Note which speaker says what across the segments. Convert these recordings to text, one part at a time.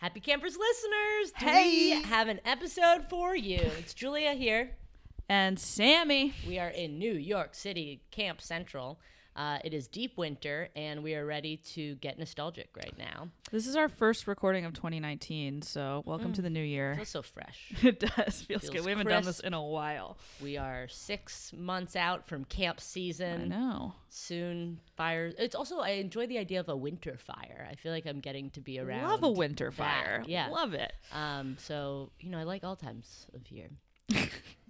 Speaker 1: Happy Campers listeners, do we have an episode for you. It's Julia here.
Speaker 2: and Sammy.
Speaker 1: We are in New York City, Camp Central. Uh, it is deep winter, and we are ready to get nostalgic right now.
Speaker 2: This is our first recording of 2019, so welcome to the new year.
Speaker 1: Mm. Feels so fresh.
Speaker 2: It does feels,
Speaker 1: Feels
Speaker 2: good. We haven't done this
Speaker 1: crisp.
Speaker 2: in a while.
Speaker 1: We are six months out from camp
Speaker 2: I
Speaker 1: season.
Speaker 2: know.
Speaker 1: Soon, fires. It's also I enjoy the idea of a winter fire. I feel like I'm getting to be around.
Speaker 2: Love a winter fire.
Speaker 1: yeah.
Speaker 2: Love it.
Speaker 1: Um, so you know, I like all times of year.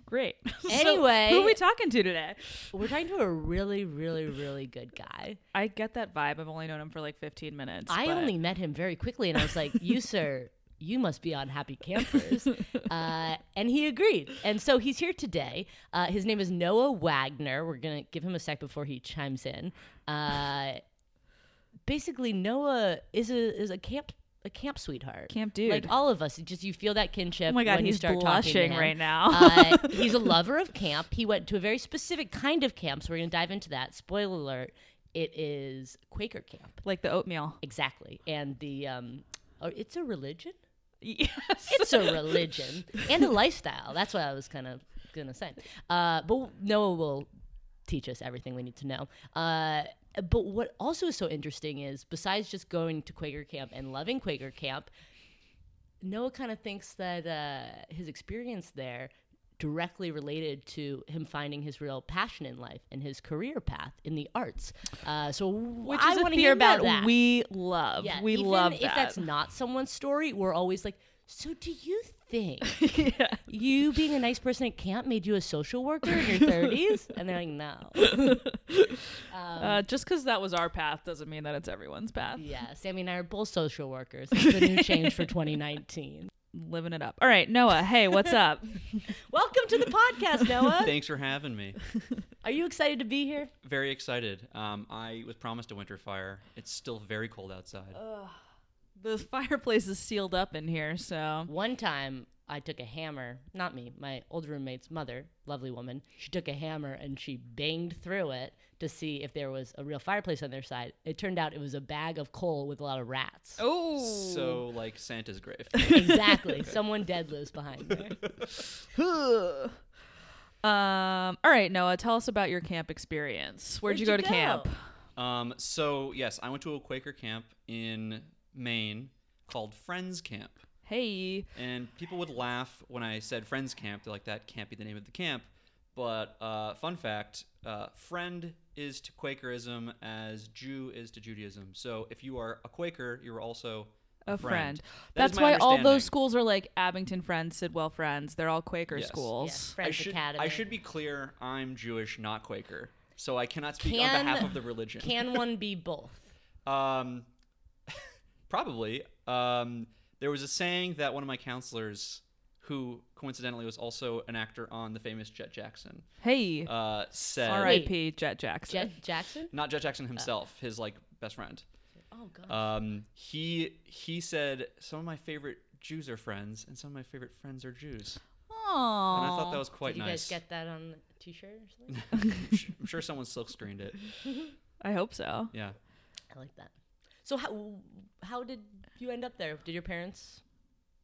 Speaker 2: Great. So,
Speaker 1: Anyway.
Speaker 2: who are we talking to today?
Speaker 1: We're talking to a really, really, really good guy.
Speaker 2: I get that vibe. I've only known him for like 15 minutes.
Speaker 1: I
Speaker 2: but-
Speaker 1: only met him very quickly, and I was like, "You sir, you must be on Happy Campers," uh, and he agreed. And so he's here today. Uh, his name is Noah Wagner. We're gonna give him a sec before he chimes in. Uh, basically, Noah is a is a camp a camp sweetheart,
Speaker 2: Camp dude.
Speaker 1: Like all of us, It just you feel that kinship.
Speaker 2: Oh my God,
Speaker 1: when you
Speaker 2: he's
Speaker 1: start talking
Speaker 2: blushing
Speaker 1: to him.
Speaker 2: right now.
Speaker 1: uh, he's a lover of camp. He went to a very specific kind of camp, so we're gonna dive into that. Spoiler alert: it is Quaker camp.
Speaker 2: like the oatmeal.
Speaker 1: Exactly. And the um oh, it's a religion.
Speaker 2: Yes.
Speaker 1: It's a religion and a lifestyle. That's what I was kind of gonna say. Uh, but Noah will teach us everything we need to know. Uh, but what also is so interesting is besides just going to Quaker camp and loving Quaker camp, Noah kind of thinks that uh, his experience there directly related to him finding his real passion in life and his career path in the arts. Uh, so
Speaker 2: Which
Speaker 1: I
Speaker 2: is a
Speaker 1: want to
Speaker 2: theme
Speaker 1: hear about that.
Speaker 2: We love.
Speaker 1: Yeah,
Speaker 2: we
Speaker 1: even
Speaker 2: love
Speaker 1: if
Speaker 2: that.
Speaker 1: that's not someone's story, we're always like, so do you think you being a nice person at camp made you a social worker in your 30s? And they're like, no.
Speaker 2: uh, just because that was our path doesn't mean that it's everyone's path.
Speaker 1: Yeah, Sammy and I are both social workers. It's the new change for 2019.
Speaker 2: Living it up. All right, Noah. Hey, what's up?
Speaker 1: Welcome to the podcast, Noah.
Speaker 3: Thanks for having me.
Speaker 1: Are you excited to be here?
Speaker 3: Very excited. Um, I was promised a winter fire. It's still very cold outside.
Speaker 2: Oh. the fireplace is sealed up in here, so
Speaker 1: One time I took a hammer, not me, my old roommate's mother, lovely woman. She took a hammer and she banged through it to see if there was a real fireplace on their side. It turned out it was a bag of coal with a lot of rats.
Speaker 2: Oh,
Speaker 3: so like Santa's grave.
Speaker 1: Exactly. Someone dead lives behind there.
Speaker 2: um, all right, Noah, tell us about your camp experience. Where'd, you go to camp?
Speaker 3: um, so yes, I went to a Quaker camp in Maine called Friends Camp,
Speaker 2: Hey,
Speaker 3: and people would laugh when I said Friends Camp. They're like, "That can't be the name of the camp." But uh, fun fact: uh, friend is to Quakerism as Jew is to Judaism. So if you are a Quaker, you're also a,
Speaker 2: a
Speaker 3: friend.
Speaker 2: friend.
Speaker 3: That is
Speaker 2: That's
Speaker 3: my
Speaker 2: why all
Speaker 3: understanding.
Speaker 2: those schools are like Abington Friends, Sidwell Friends. They're all Quaker
Speaker 3: Yes.
Speaker 1: Yeah,
Speaker 2: schools.
Speaker 1: Friends
Speaker 3: I should,
Speaker 1: Academy.
Speaker 3: I should be clear. I'm Jewish, not Quaker, so I cannot speak
Speaker 1: Can-
Speaker 3: on behalf of the religion.
Speaker 1: Can one be both?
Speaker 3: um, probably. Um, there was a saying that one of my counselors, who coincidentally was also an actor on the famous Jet Jackson,
Speaker 2: Hey,
Speaker 3: uh, said.
Speaker 2: R.I.P. Jet
Speaker 1: Jet
Speaker 2: Jackson.
Speaker 1: Jackson?
Speaker 3: Not Jet Jackson himself,
Speaker 1: Uh.
Speaker 3: his like best friend.
Speaker 1: Oh god.
Speaker 3: Um, he he said some of my favorite Jews are friends, and some of my favorite friends are Jews.
Speaker 2: Aww.
Speaker 3: And I thought that was quite
Speaker 1: Did you
Speaker 3: nice.
Speaker 1: guys get that on a t-shirt or something?
Speaker 3: I'm sure someone silk screened it.
Speaker 2: I hope so.
Speaker 3: Yeah.
Speaker 1: I like that. So how how did you end up there? Did your parents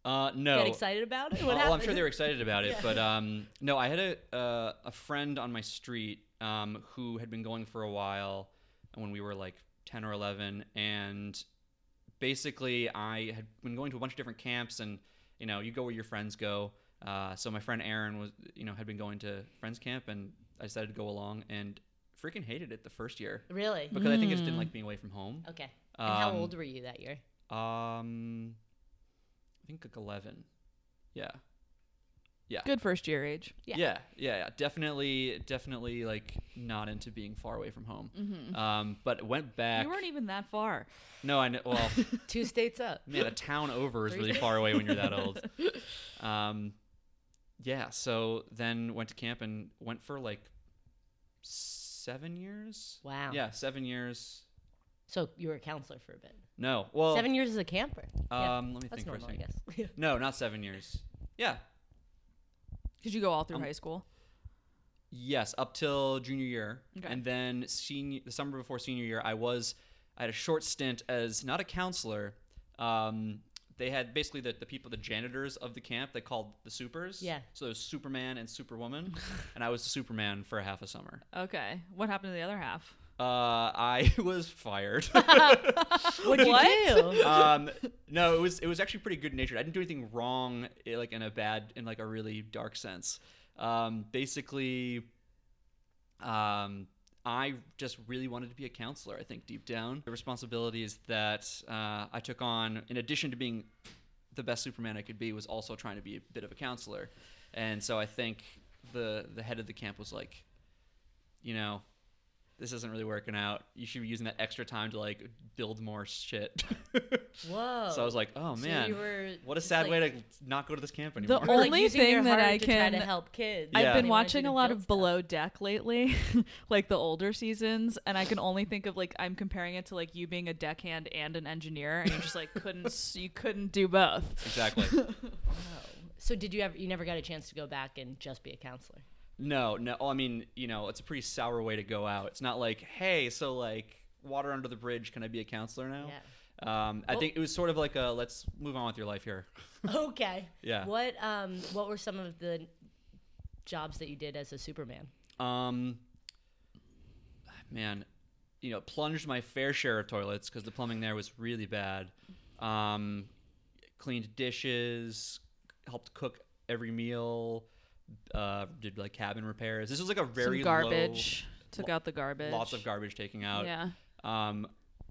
Speaker 3: Uh, no. Oh,
Speaker 1: get excited about it? What
Speaker 3: well, I'm
Speaker 1: happened?
Speaker 3: sure they were excited about it, but um, no, I had a uh, a friend on my street um, who had been going for a while, and when we were like ten or eleven, and basically I had been going to a bunch of different camps, and you know you go where your friends go. Uh, so my friend Aaron was you know had been going to friends camp, and I decided to go along, and freaking hated it the first year
Speaker 1: Really?
Speaker 3: because I think I just didn't like being away from home.
Speaker 1: Hmm. Okay. And how
Speaker 3: Um,
Speaker 1: old were you that year?
Speaker 3: Um, I think like eleven. Yeah. Yeah.
Speaker 2: Good first year age.
Speaker 1: Yeah.
Speaker 3: yeah, yeah, yeah. Definitely, definitely like not into being far away from home.
Speaker 1: Mm-hmm.
Speaker 3: Um, but went back.
Speaker 2: Mm-hmm. You weren't even that far.
Speaker 3: no, I know. Well,
Speaker 1: Two states up.
Speaker 3: man, a town over is
Speaker 1: Three
Speaker 3: really far away when you're that old. Um, yeah. So then went to camp and went for like seven years.
Speaker 1: Wow.
Speaker 3: Yeah, seven years.
Speaker 1: So you were a counselor for a bit.
Speaker 3: No, well,
Speaker 1: Seven years as a camper. Yeah.
Speaker 3: Um, let me
Speaker 1: That's
Speaker 3: think
Speaker 1: normal,
Speaker 3: for a
Speaker 1: I
Speaker 3: second.
Speaker 1: guess.
Speaker 3: No, not seven years. Yeah.
Speaker 2: Did you go all through
Speaker 3: Um,
Speaker 2: high school?
Speaker 3: Yes, up till junior year,
Speaker 2: Okay.
Speaker 3: and then senior the summer before senior year, I was I had a short stint as not a counselor. Um, they had basically the, the people, the janitors of the camp, they called the supers.
Speaker 1: Yeah.
Speaker 3: So there was Superman and Superwoman, and I was the Superman for half a summer.
Speaker 2: Okay. What happened to the other half?
Speaker 3: Uh, I was fired.
Speaker 1: What'd you
Speaker 2: What?
Speaker 1: do?
Speaker 3: um, no, it was it was actually pretty good natured. I didn't do anything wrong, eh, like in a bad, in like a really dark sense. Um, basically, um, I just really wanted to be a counselor. I think deep down, the responsibilities that uh, I took on, in addition to being the best Superman I could be, was also trying to be a bit of a counselor. And so I think the the head of the camp was like, you know. This isn't really working out. You should be using that extra time to like build more shit.
Speaker 1: Whoa.
Speaker 3: So I was like, oh
Speaker 1: So
Speaker 3: man,
Speaker 1: you were
Speaker 3: what a
Speaker 1: just,
Speaker 3: sad
Speaker 1: like-
Speaker 3: way to not go to this camp
Speaker 2: The
Speaker 3: anymore.
Speaker 1: Or, like,
Speaker 2: Only
Speaker 1: using your
Speaker 2: thing that
Speaker 1: heart
Speaker 2: I
Speaker 1: to try to
Speaker 2: can-
Speaker 1: help kids.
Speaker 3: Yeah.
Speaker 2: I've been
Speaker 1: They wanted you
Speaker 2: watching
Speaker 1: to
Speaker 2: a lot
Speaker 1: build
Speaker 2: of Below Deck lately, like the older seasons, and I can only think of like I'm comparing it to like you being a deckhand and an engineer, and you just like couldn't s- you couldn't do both.
Speaker 3: exactly.
Speaker 1: stuff. Oh. So did you ever? You never got a chance to go back and just be a counselor.
Speaker 3: No, no. oh, I mean, you know, it's a pretty sour way to go out. It's not like, hey, so like water under the bridge. Can I be a counselor now?
Speaker 1: Yeah.
Speaker 3: Um, I think it was sort of like a let's move on with your life here.
Speaker 1: Okay.
Speaker 3: Yeah.
Speaker 1: What um What were some of the jobs that you did as a Superman?
Speaker 3: Um, man, you know, plunged my fair share of toilets because the plumbing there was really bad. Um, cleaned dishes, helped cook every meal, uh, did like cabin repairs. This was like a very
Speaker 2: Some
Speaker 3: low-
Speaker 2: garbage. Took
Speaker 3: lo-
Speaker 2: out the garbage.
Speaker 3: lots of garbage taking out.
Speaker 2: Yeah.
Speaker 3: Um,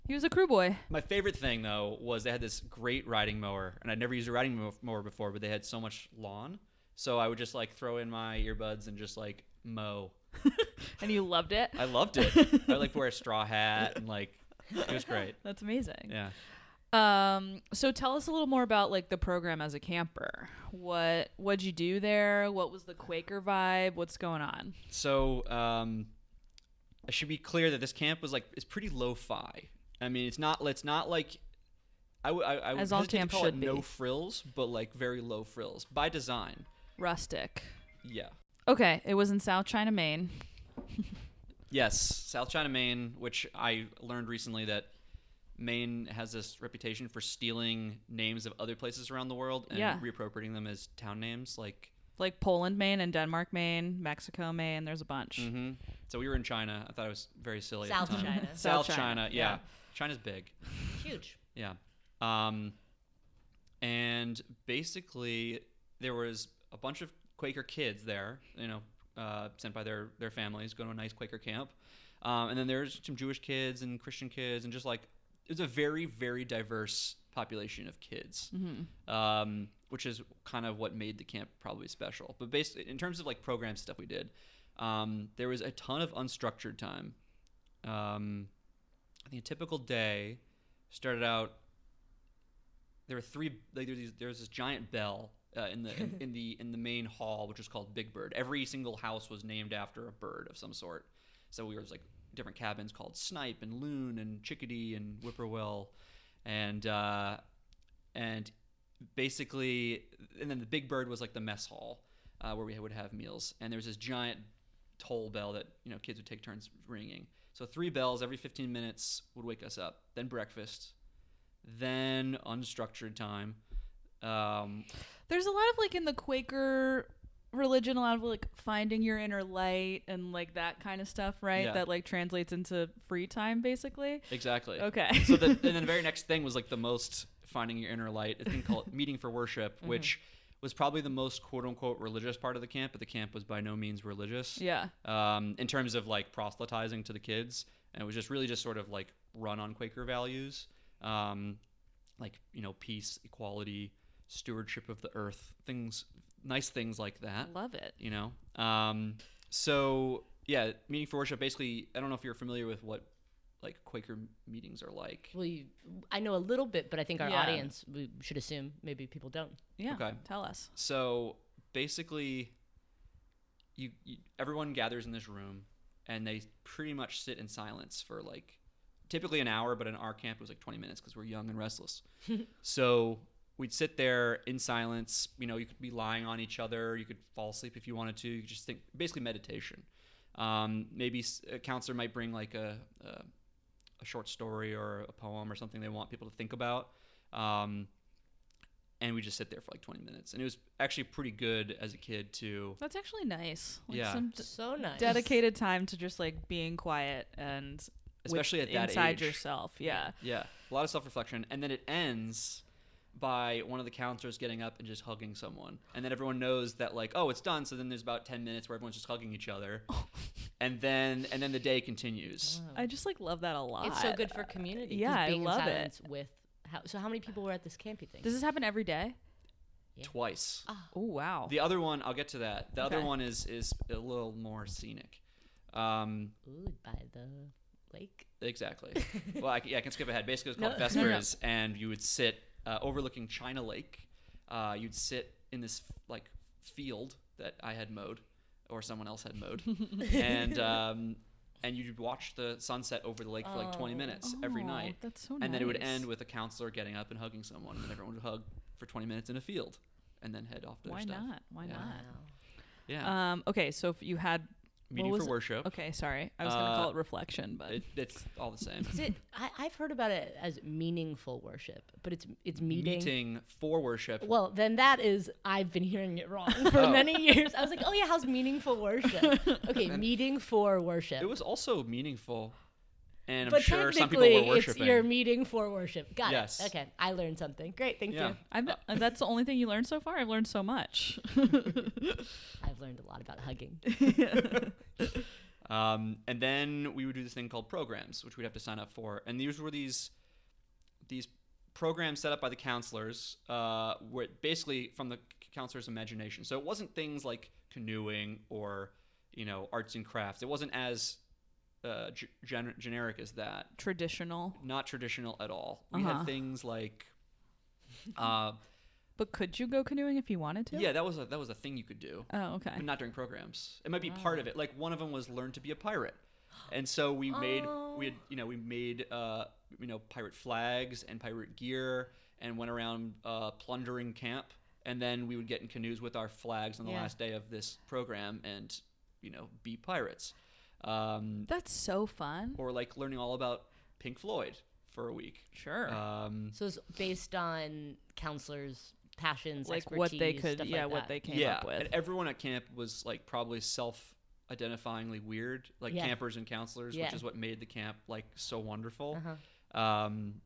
Speaker 2: He was a crew boy.
Speaker 3: my favorite thing though was they had this great riding mower, and I'd never used a riding mo- mower before, but they had so much lawn, so I would just like throw in my earbuds and just like mow
Speaker 2: and you loved it.
Speaker 3: I loved it. I would, like wear a straw hat and like it was great.
Speaker 2: That's amazing.
Speaker 3: Yeah.
Speaker 2: Um, so tell us a little more about like the program as a camper. What what'd you do there? What was the Quaker vibe? What's going on?
Speaker 3: So um, I should be clear that this camp was like it's pretty lo-fi. I mean, it's not it's not like I would I, I would
Speaker 2: As all
Speaker 3: hesitate to
Speaker 2: camp
Speaker 3: call
Speaker 2: should
Speaker 3: it
Speaker 2: be.
Speaker 3: no frills, but like very low frills by design.
Speaker 2: Rustic.
Speaker 3: Yeah.
Speaker 2: Okay, it was in South China, Maine.
Speaker 3: Yes, South China, Maine, which I learned recently that Maine has this reputation for stealing names of other places around the world and
Speaker 2: Yeah.
Speaker 3: reappropriating them as town names. Like,
Speaker 2: Like Poland, Maine, and Denmark, Maine, Mexico, Maine. There's a bunch.
Speaker 3: hmm so we were in China. I thought it was very silly. at
Speaker 1: South
Speaker 3: the time.
Speaker 1: China.
Speaker 3: South,
Speaker 2: South
Speaker 3: China.
Speaker 2: China,
Speaker 3: Yeah.
Speaker 2: yeah.
Speaker 3: China's big.
Speaker 1: Huge.
Speaker 3: Yeah. Um, and basically, there was a bunch of Quaker kids there, you know, uh, sent by their, their families, going to a nice Quaker camp. Um, and then there's some Jewish kids and Christian kids, and just like, it was a very, very diverse population of kids, um, which is kind of what made the camp probably special. But basically, in terms of like program stuff we did, um, there was a ton of unstructured time. Um, I think a typical day started out. There were three. Like, there, was these, there was this giant bell uh, in the in, in the in the main hall, which was called Big Bird. Every single house was named after a bird of some sort. So we was like different cabins called Snipe and Loon and Chickadee and Whippoorwill, and uh, and basically, and then the Big Bird was like the mess hall uh, where we would have meals. And there was this giant toll bell that you know kids would take turns ringing. So three bells every 15 minutes would wake us up. Then breakfast, then unstructured time. Um,
Speaker 2: There's a lot of like in the Quaker religion, a lot of like finding your inner light and like that kind of stuff, right?
Speaker 3: Yeah.
Speaker 2: That like translates into free time, basically.
Speaker 3: exactly.
Speaker 2: Okay.
Speaker 3: so the, and then the very next thing was like the most finding your inner light. I think called meeting for worship, which was probably the most quote unquote religious part of the camp, but the camp was by no means religious.
Speaker 2: yeah.
Speaker 3: um, in terms of like proselytizing to the kids. And it was just really just sort of like run on Quaker values, um, like, you know, peace, equality, stewardship of the earth, things, nice things like that.
Speaker 2: Love it.
Speaker 3: You know. Um, so yeah, meeting for worship. Basically, I don't know if you're familiar with what like Quaker meetings are like.
Speaker 1: Well, you, I know a little bit, but I think our
Speaker 2: Yeah.
Speaker 1: audience we should assume maybe people don't.
Speaker 2: Yeah.
Speaker 3: Okay.
Speaker 2: Tell us.
Speaker 3: So basically, you, you everyone gathers in this room, and they pretty much sit in silence for like typically an hour, but in our camp it was like 20 minutes because we're young and restless. so we'd sit there in silence. You know, you could be lying on each other, you could fall asleep if you wanted to. You could just think basically meditation. Um, maybe s- a counselor might bring like a, a a short story or a poem or something they want people to think about. Um, and we just sit there for like 20 minutes. And it was actually pretty good as a kid to
Speaker 2: That's actually nice. Like
Speaker 3: Yeah.
Speaker 2: Some d-
Speaker 1: So nice.
Speaker 2: dedicated time to just like being quiet and with-
Speaker 3: Especially at that
Speaker 2: inside
Speaker 3: age.
Speaker 2: yourself. Yeah.
Speaker 3: Yeah, a lot of self reflection. And then it ends by one of the counselors getting up and just hugging someone. And then everyone knows that like, oh, it's done. So then there's about 10 minutes where everyone's just hugging each other. and then and then the day continues.
Speaker 2: I just like love that a lot.
Speaker 1: It's so good for community. 'cause
Speaker 2: Yeah, I
Speaker 1: being in
Speaker 2: love it.
Speaker 1: silence With how, so how many people were at this camp? You think?
Speaker 2: Does this happen every day?
Speaker 3: Twice.
Speaker 2: Oh wow.
Speaker 3: The other one, I'll get to that. The other
Speaker 2: Okay.
Speaker 3: one is is a little more scenic. Um,
Speaker 1: Ooh, by the lake.
Speaker 3: Exactly. well, I, c- yeah, I can skip ahead. Basically, it's called
Speaker 1: No, no, no.
Speaker 3: Vespers, and you would sit uh, overlooking China Lake. Uh, you'd sit in this like field that I had mowed, or someone else had mowed, and um, and you'd watch the sunset over the lake for like 20
Speaker 1: Oh.
Speaker 3: minutes every
Speaker 2: Oh,
Speaker 3: night,
Speaker 2: That's so nice.
Speaker 3: and then it would end with a counselor getting up and hugging someone, and then everyone would hug for 20 minutes in a field, and then head off to their
Speaker 2: Why
Speaker 3: stuff.
Speaker 2: not? Why
Speaker 3: Yeah.
Speaker 2: not?
Speaker 3: Yeah,
Speaker 2: Um, okay, so if you had
Speaker 3: meeting
Speaker 2: what
Speaker 3: for
Speaker 2: was it?
Speaker 3: worship.
Speaker 2: okay, sorry, I was gonna
Speaker 3: Uh,
Speaker 2: call it reflection, but
Speaker 3: It, it's all the same.
Speaker 1: Is it? I, I've heard about it as meaningful worship, but it's it's meeting.
Speaker 3: Meeting for worship.
Speaker 1: Well, then that is I've been hearing it wrong for
Speaker 3: Oh.
Speaker 1: many years. I was like, oh yeah, how's meaningful worship? Okay, meeting for worship.
Speaker 3: It was also meaningful, and I'm
Speaker 1: but
Speaker 3: sure some people
Speaker 1: technically,
Speaker 3: were
Speaker 1: it's
Speaker 3: worshiping.
Speaker 1: your meeting for worship. Got
Speaker 3: Yes.
Speaker 1: it. Okay, I learned something. Great, thank
Speaker 3: yeah,
Speaker 1: you.
Speaker 2: I've, uh, that's the only thing you learned so far. I've learned so much.
Speaker 1: I've learned a lot about hugging.
Speaker 3: um, and then we would do this thing called programs, which we'd have to sign up for, and these were these these programs set up by the counselors, uh, were basically from the c- counselors' imagination. So it wasn't things like canoeing or you know arts and crafts. It wasn't as uh, g- gen- generic as that.
Speaker 2: Traditional,
Speaker 3: Not traditional at all. We
Speaker 2: Uh-huh.
Speaker 3: had things like. Uh,
Speaker 2: but could you go canoeing if you wanted to?
Speaker 3: yeah, that was a, that was a thing you could do.
Speaker 2: Oh, okay.
Speaker 3: but not during programs. It might be part of it. Like one of them was learn to be a pirate, and so we made we had you know we made uh, you know pirate flags and pirate gear and went around uh, plundering camp, and then we would get in canoes with our flags on the
Speaker 1: Yeah.
Speaker 3: last day of this program and you know be pirates, um,
Speaker 2: That's so fun.
Speaker 3: or like learning all about Pink Floyd for a week.
Speaker 2: Sure.
Speaker 3: Um,
Speaker 1: So it's based on counselors' passions,
Speaker 2: like what they
Speaker 1: expertise,
Speaker 2: could,
Speaker 1: stuff
Speaker 2: yeah,
Speaker 1: like
Speaker 2: what
Speaker 1: that.
Speaker 2: they came
Speaker 3: yeah,
Speaker 2: up with.
Speaker 3: and everyone at camp was like probably self identifyingly weird, like
Speaker 1: Yeah.
Speaker 3: campers and counselors, which
Speaker 1: Yeah.
Speaker 3: is what made the camp like so wonderful.
Speaker 1: Uh-huh.
Speaker 3: Um,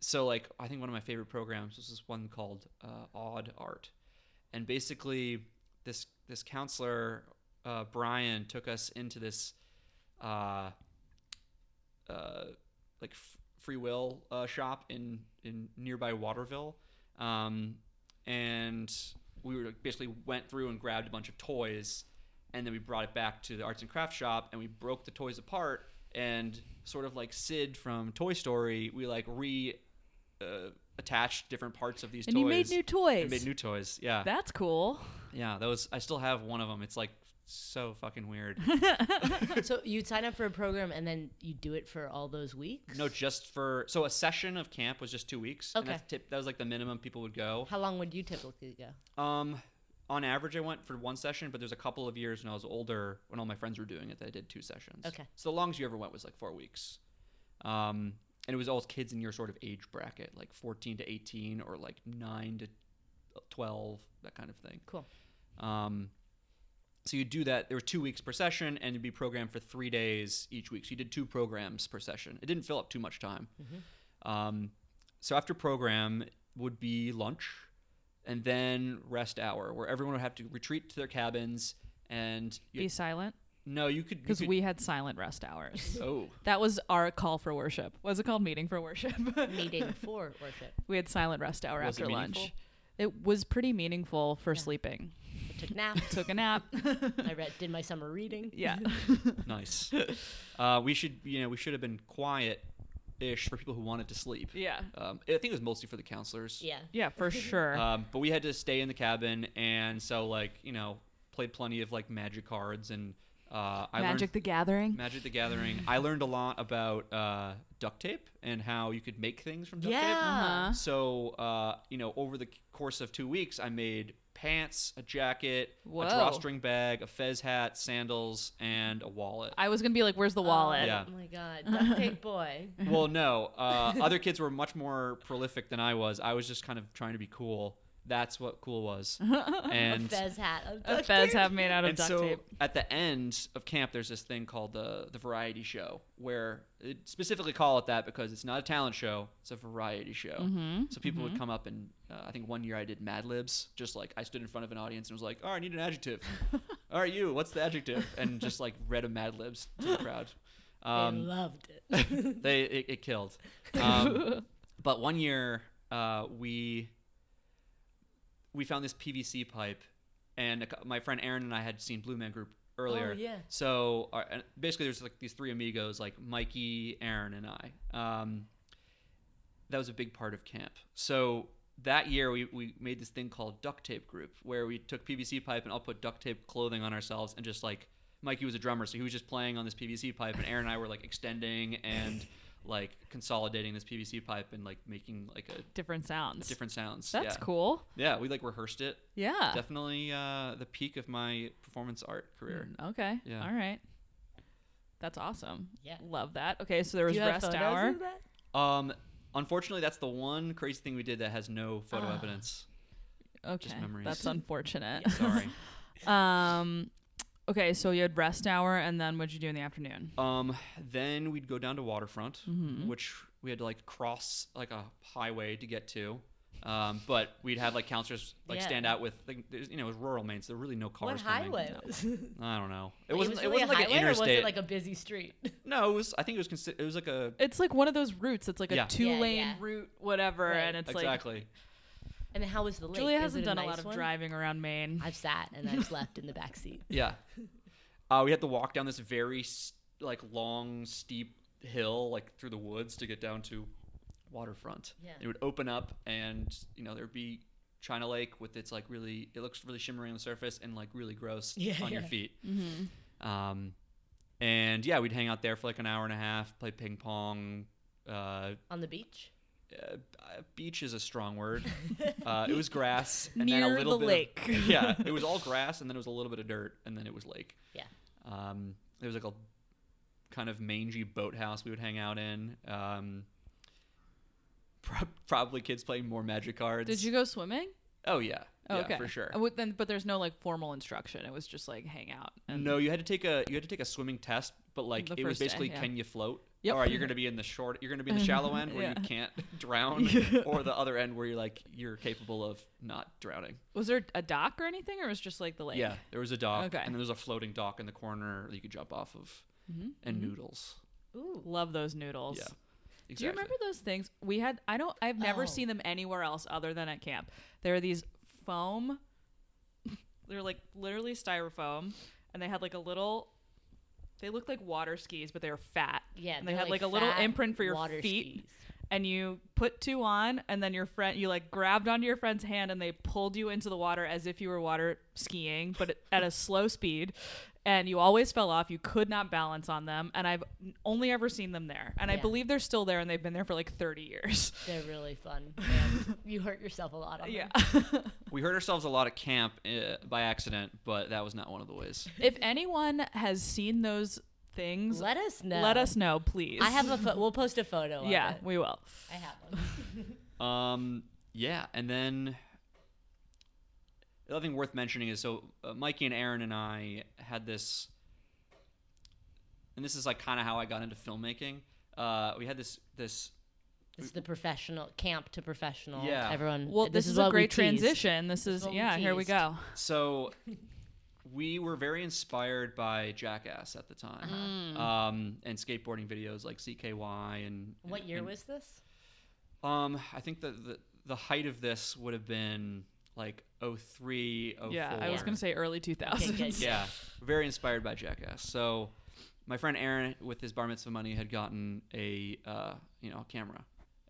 Speaker 3: so like I think one of my favorite programs was this one called uh, Odd Art, and basically this this counselor uh, Brian took us into this uh, uh, like f- free will uh, shop in in nearby Waterville, um, and we were basically went through and grabbed a bunch of toys, and then we brought it back to the arts and crafts shop and we broke the toys apart and sort of like Sid from Toy Story, we like re uh, attached different parts of these
Speaker 2: And
Speaker 3: toys.
Speaker 2: you made new toys.
Speaker 3: And made new toys. Yeah,
Speaker 2: That's cool.
Speaker 3: yeah. That was I still have one of them. It's like so fucking weird.
Speaker 1: so you'd sign up for a program and then you do it for all those weeks.
Speaker 3: No, just for so a session of camp was just two weeks. And
Speaker 1: Okay.
Speaker 3: that's tip, that was like the minimum people would go.
Speaker 1: How long would you typically go?
Speaker 3: Um, on average, I went for one session, but there's a couple of years when I was older, when all my friends were doing it, that I did two sessions.
Speaker 1: Okay.
Speaker 3: So the longest you ever went was like four weeks. Um, and it was all kids in your sort of age bracket, like 14 to 18 or like 9 to 12, that kind of thing.
Speaker 1: Cool.
Speaker 3: Um, so you do that. There were two weeks per session, and you'd be programmed for three days each week. So you did two programs per session. It didn't fill up too much time. Um, so after program would be lunch, and then rest hour, where everyone would have to retreat to their cabins. And you,
Speaker 2: Be silent,
Speaker 3: no, you could you
Speaker 2: because
Speaker 3: could-
Speaker 2: we had silent rest hours.
Speaker 3: oh
Speaker 2: that was our call for worship. What's it called? Meeting for worship.
Speaker 1: Meeting for worship.
Speaker 2: we had silent rest hour
Speaker 3: Was it
Speaker 2: after
Speaker 3: meaningful?
Speaker 2: lunch. It was pretty meaningful for sleeping.
Speaker 1: I took naps.
Speaker 2: Took a nap.
Speaker 1: I read, did my summer reading.
Speaker 2: yeah.
Speaker 3: Nice. Uh, we should, you know, we should have been quiet-ish for people who wanted to sleep.
Speaker 2: Yeah.
Speaker 3: Um, I think it was mostly for the counselors.
Speaker 1: Yeah.
Speaker 2: Yeah, for sure.
Speaker 3: Um, but we had to stay in the cabin, and so like you know, played plenty of like magic cards and uh, I
Speaker 2: Magic
Speaker 3: learned
Speaker 2: the Gathering.
Speaker 3: Magic the Gathering. I learned a lot about uh, duct tape and how you could make things from duct tape.
Speaker 1: Yeah.
Speaker 2: Uh-huh.
Speaker 3: So, uh, you know, over the course of two weeks, I made pants, a jacket,
Speaker 2: Whoa.
Speaker 3: a drawstring bag, a fez hat, sandals, and a wallet.
Speaker 2: I was going to be like, where's the wallet?
Speaker 3: Yeah.
Speaker 1: Oh my god, duct tape boy.
Speaker 3: well, no, uh, other kids were much more prolific than I was. I was just kind of trying to be cool. That's what cool was. And
Speaker 1: Fez hat. of
Speaker 2: A
Speaker 1: duct
Speaker 2: fez
Speaker 1: tape.
Speaker 2: hat made out of
Speaker 3: and
Speaker 2: duct
Speaker 3: so
Speaker 2: tape.
Speaker 3: at the end of camp there's this thing called the the variety show where it specifically call it that because it's not a talent show it's a variety show
Speaker 2: Mm-hmm.
Speaker 3: so people would come up and uh, i think one year i did mad libs just like i stood in front of an audience and was like all right i need an adjective all right you what's the adjective and just like read a mad libs to the crowd
Speaker 1: I
Speaker 3: um,
Speaker 1: loved it.
Speaker 3: they it, it killed. Um, but one year uh, we we found this PVC pipe, and a, cou- my friend Aaron and I had seen Blue Man Group earlier.
Speaker 2: Oh,
Speaker 1: yeah.
Speaker 3: So our, and basically, there's like these three amigos, like Mikey, Aaron, and I. Um, that was a big part of camp. So that year we, we made this thing called duct tape group where we took PVC pipe and all put duct tape clothing on ourselves and just like Mikey was a drummer, so he was just playing on this PVC pipe and Aaron and I were like extending and like consolidating this PVC pipe and like making like a
Speaker 2: Different sounds.
Speaker 3: different sounds.
Speaker 2: That's
Speaker 3: yeah.
Speaker 2: cool.
Speaker 3: Yeah, we like rehearsed it.
Speaker 2: Yeah.
Speaker 3: Definitely uh, the peak of my performance art career.
Speaker 2: Mm, Okay.
Speaker 3: Yeah.
Speaker 2: All right. That's awesome.
Speaker 1: Yeah.
Speaker 2: Love that. Okay, so there
Speaker 1: Do
Speaker 2: was
Speaker 1: you have
Speaker 2: rest
Speaker 1: photos
Speaker 2: hour.
Speaker 1: of that?
Speaker 3: Um, unfortunately, that's the one crazy thing we did that has no photo
Speaker 1: Ah.
Speaker 3: evidence.
Speaker 2: Okay.
Speaker 3: memories.
Speaker 2: That's unfortunate.
Speaker 3: Sorry.
Speaker 2: um okay, so you had rest hour and then what'd you do in the afternoon?
Speaker 3: Um, then we'd go down to Waterfront,
Speaker 1: Mm-hmm.
Speaker 3: which we had to like cross like a highway to get to. Um, but we'd have like counselors like
Speaker 1: Yeah.
Speaker 3: stand out with like there's, you know it was rural Maine, so there were really no
Speaker 1: What
Speaker 3: cars. coming.
Speaker 1: highway? was It
Speaker 3: I don't know. It wasn't. It
Speaker 1: really
Speaker 3: wasn't like
Speaker 1: a
Speaker 3: an
Speaker 1: highway or was
Speaker 3: interstate.
Speaker 1: it like a busy street?
Speaker 3: no, it was. I think it was. Consi- it was like a
Speaker 2: It's like one of those routes. It's like
Speaker 3: Yeah.
Speaker 2: a
Speaker 3: Yeah,
Speaker 2: two lane
Speaker 1: yeah.
Speaker 2: route, whatever,
Speaker 1: Right.
Speaker 2: and it's
Speaker 3: exactly.
Speaker 1: And how was the lake?
Speaker 2: like Julia
Speaker 1: Is it
Speaker 2: hasn't done a,
Speaker 1: nice
Speaker 2: lot of
Speaker 1: one?
Speaker 2: driving around Maine.
Speaker 1: I've sat and I've slept in the back seat.
Speaker 3: Yeah. Uh, we had to walk down this very s- like long, steep hill, like through the woods, to get down to waterfront.
Speaker 1: Yeah.
Speaker 3: It would open up, and you know there'd be China Lake with its like really, it looks really shimmering on the surface and like really gross
Speaker 1: Yeah,
Speaker 3: on your
Speaker 1: yeah.
Speaker 3: feet.
Speaker 1: Mm-hmm.
Speaker 3: Um, and yeah, we'd hang out there for like an hour and a half, play ping pong. Uh,
Speaker 1: On the beach?
Speaker 3: uh, beach is a strong word. Uh, it was grass and then
Speaker 2: Near
Speaker 3: a little
Speaker 2: the
Speaker 3: bit of-
Speaker 2: lake.
Speaker 3: yeah, it was all grass and then it was a little bit of dirt and then it was lake.
Speaker 1: Yeah.
Speaker 3: Um, there was like a kind of mangy boathouse we would hang out in. Um, prob- probably kids playing more magic cards.
Speaker 2: Did you go swimming?
Speaker 3: Oh yeah.
Speaker 2: Oh,
Speaker 3: yeah,
Speaker 2: okay.
Speaker 3: for sure.
Speaker 2: Uh, but then, but there's no like formal instruction. It was just like hang out. And
Speaker 3: No, you had to take a you had to take a swimming test, but like
Speaker 2: The
Speaker 3: it was
Speaker 2: first day,
Speaker 3: basically
Speaker 2: yeah.
Speaker 3: can you float?
Speaker 2: Yep.
Speaker 3: All right, you're gonna be in the short, you're gonna be in the shallow end where
Speaker 2: Yeah.
Speaker 3: you can't drown, or the other end where you're like you're capable of not drowning.
Speaker 2: Was there a dock or anything, or was it just like the lake?
Speaker 3: Yeah, there was a dock,
Speaker 2: Okay.
Speaker 3: and then there was a floating dock in the corner that you could jump off of,
Speaker 2: Mm-hmm.
Speaker 3: and noodles.
Speaker 1: Ooh.
Speaker 2: Love those noodles.
Speaker 3: Yeah, exactly.
Speaker 2: Do you remember those things we had? I don't. I've never
Speaker 1: Oh.
Speaker 2: seen them anywhere else other than at camp. There are these foam. They're like literally styrofoam, and they had like a little. They looked like water skis, but they were fat.
Speaker 1: Yeah.
Speaker 2: and they
Speaker 1: they're
Speaker 2: had like, a little
Speaker 1: fat
Speaker 2: imprint for your
Speaker 1: water
Speaker 2: feet,
Speaker 1: skis.
Speaker 2: and you put two on, and then your friend you like grabbed onto your friend's hand, and they pulled you into the water as if you were water skiing, but at a slow speed. And you always fell off. You could not balance on them, and I've only ever seen them there. And I
Speaker 1: Yeah.
Speaker 2: believe they're still there, and they've been there for like thirty years.
Speaker 1: They're really fun. And you hurt yourself a lot on
Speaker 2: Yeah.
Speaker 1: them.
Speaker 3: We hurt ourselves a lot at camp uh, by accident, but that was not one of the ways.
Speaker 2: if anyone has seen those things, let,
Speaker 1: Let us know.
Speaker 2: us know, please.
Speaker 1: I have a pho- we'll post a photo. of
Speaker 2: Yeah,
Speaker 1: it.
Speaker 2: we will.
Speaker 1: I have one.
Speaker 3: Um, yeah, and then the other thing worth mentioning is so uh, Mikey and Aaron and I had this, and this is like kind of how I got into filmmaking. Uh, we had this this
Speaker 1: This is the professional camp to professional.
Speaker 3: Yeah.
Speaker 1: Everyone.
Speaker 2: Well, this, is, a
Speaker 1: what we
Speaker 2: great
Speaker 1: teased.
Speaker 2: transition. This is
Speaker 1: what we
Speaker 2: yeah. Here we
Speaker 1: teased.
Speaker 2: go.
Speaker 3: so we were very inspired by Jackass at the time, um, and skateboarding videos like CKY and
Speaker 1: What year
Speaker 3: and-
Speaker 1: was this?
Speaker 3: Um, I think the, the the height of this would have been like 03, 04.
Speaker 2: Yeah, I was gonna say early two
Speaker 1: Can't get-
Speaker 2: thousands.
Speaker 3: yeah, very inspired by Jackass. So my friend Aaron, with his bar mitzvah money, had gotten a uh, you know a camera,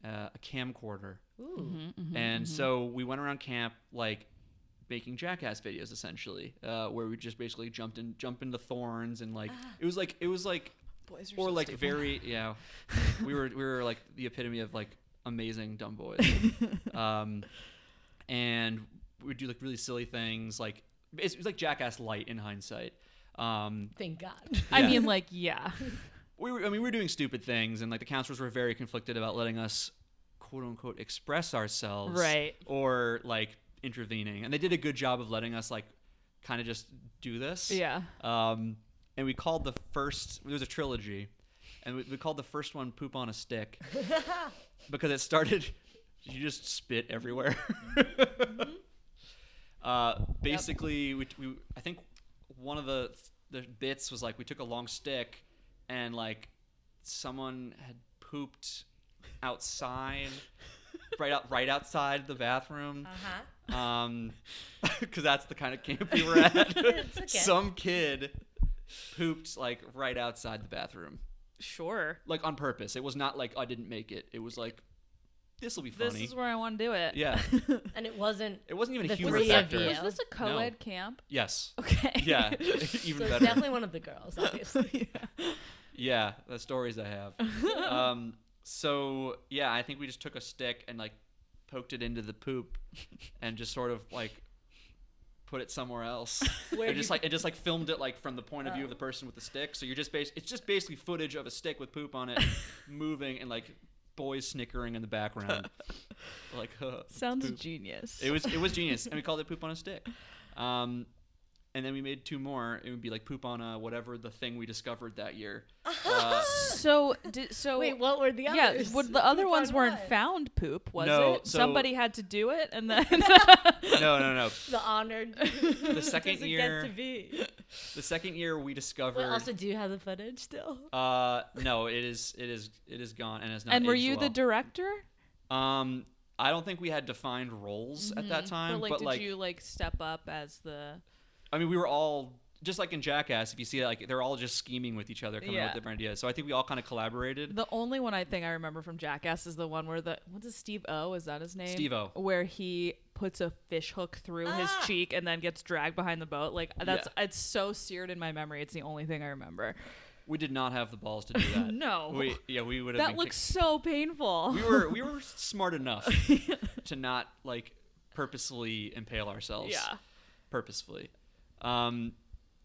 Speaker 3: uh, a camcorder,
Speaker 1: Ooh.
Speaker 3: and so we went around camp like making Jackass videos essentially, uh, where we just basically jumped in, jump into thorns and like it was like it was like
Speaker 2: Ah. Boys are
Speaker 3: or
Speaker 2: so
Speaker 3: like
Speaker 2: stupid.
Speaker 3: very yeah, we were we were like the epitome of like amazing dumb boys. um, and we would do like really silly things like it's, it was like Jackass light in hindsight. Um,
Speaker 1: Thank God.
Speaker 2: I
Speaker 3: Yeah.
Speaker 2: mean, like, yeah.
Speaker 3: we were, I mean, we were doing stupid things, and like the counselors were very conflicted about letting us, quote unquote, express ourselves,
Speaker 2: Right.
Speaker 3: Or like intervening, and they did a good job of letting us like kind of just do this,
Speaker 2: Yeah.
Speaker 3: Um, and we called the first. There was a trilogy, and we, we called the first one "Poop on a Stick" because it started. You just spit everywhere. Uh, basically, we, we I think one of the the bits was like we took a long stick and like someone had pooped outside, right out right outside the bathroom.
Speaker 4: Uh-huh.
Speaker 3: Um, because that's the kind of camp we were at.
Speaker 4: It's okay.
Speaker 3: Some kid pooped like right outside the bathroom,
Speaker 2: Sure.
Speaker 3: like on purpose. It was not like I didn't make it. It was like this will be funny.
Speaker 2: This is where I want to do it.
Speaker 3: yeah,
Speaker 1: And it wasn't.
Speaker 3: it wasn't even a
Speaker 1: The
Speaker 3: humor
Speaker 1: three of
Speaker 3: factor.
Speaker 1: you.
Speaker 2: Was this a co ed camp?
Speaker 3: Yes.
Speaker 2: Okay.
Speaker 3: Yeah,
Speaker 1: So
Speaker 3: even
Speaker 1: it's
Speaker 3: better.
Speaker 1: definitely one of the girls, obviously.
Speaker 3: Yeah, the stories I have. um, so yeah, I think we just took a stick and like poked it into the poop, and just sort of like put it somewhere else.
Speaker 1: Where
Speaker 3: Where just
Speaker 1: you-
Speaker 3: like it just like filmed it like from the point of view of the person with the stick. So you're just bas- it's just basically footage of a stick with poop on it moving and like boys snickering in the background. like huh, it's
Speaker 2: Sounds
Speaker 3: poop.
Speaker 2: genius.
Speaker 3: It was it was genius, and we called it poop on a stick. Um, and then we made two more. It would be like poop on a whatever the thing we discovered that year. Uh,
Speaker 2: so. Did, so
Speaker 1: Wait, what were the
Speaker 2: Yeah,
Speaker 1: others?
Speaker 2: would the other
Speaker 1: Poop
Speaker 2: ones
Speaker 1: on
Speaker 2: weren't
Speaker 1: what?
Speaker 2: found poop, was
Speaker 3: No,
Speaker 2: it?
Speaker 3: so-
Speaker 2: Somebody had to do it, and then
Speaker 3: no, no, no.
Speaker 1: The honored.
Speaker 3: The second
Speaker 1: doesn't
Speaker 3: year,
Speaker 1: Get to be.
Speaker 3: the second year we discovered.
Speaker 1: Well, also, do you have the footage still?
Speaker 3: uh, no, it is, it is, it is gone, and it's not.
Speaker 2: and were
Speaker 3: aged
Speaker 2: you the
Speaker 3: well.
Speaker 2: director?
Speaker 3: um, I don't think we had defined roles at that time,
Speaker 2: Mm-hmm. but like,
Speaker 3: but
Speaker 2: did
Speaker 3: like,
Speaker 2: you like step up as the?
Speaker 3: I mean, we were all just like in Jackass. If you see, like, they're all just scheming with each other, coming up
Speaker 2: Yeah.
Speaker 3: with different ideas. So I think we all kind of collaborated.
Speaker 2: The only one I think I remember from Jackass is the one where the what's his Steve O is that his name?
Speaker 3: Steve-O.
Speaker 2: Where he puts a fish hook through his
Speaker 4: Ah.
Speaker 2: cheek and then gets dragged behind the boat. Like that's
Speaker 3: Yeah.
Speaker 2: it's so seared in my memory. It's the only thing I remember.
Speaker 3: we did not have the balls to do that.
Speaker 2: No.
Speaker 3: we yeah, we would have.
Speaker 2: That
Speaker 3: been
Speaker 2: looks so painful.
Speaker 3: kicked- We were we were smart enough to not like purposely impale ourselves.
Speaker 2: Yeah.
Speaker 3: purposefully. Um,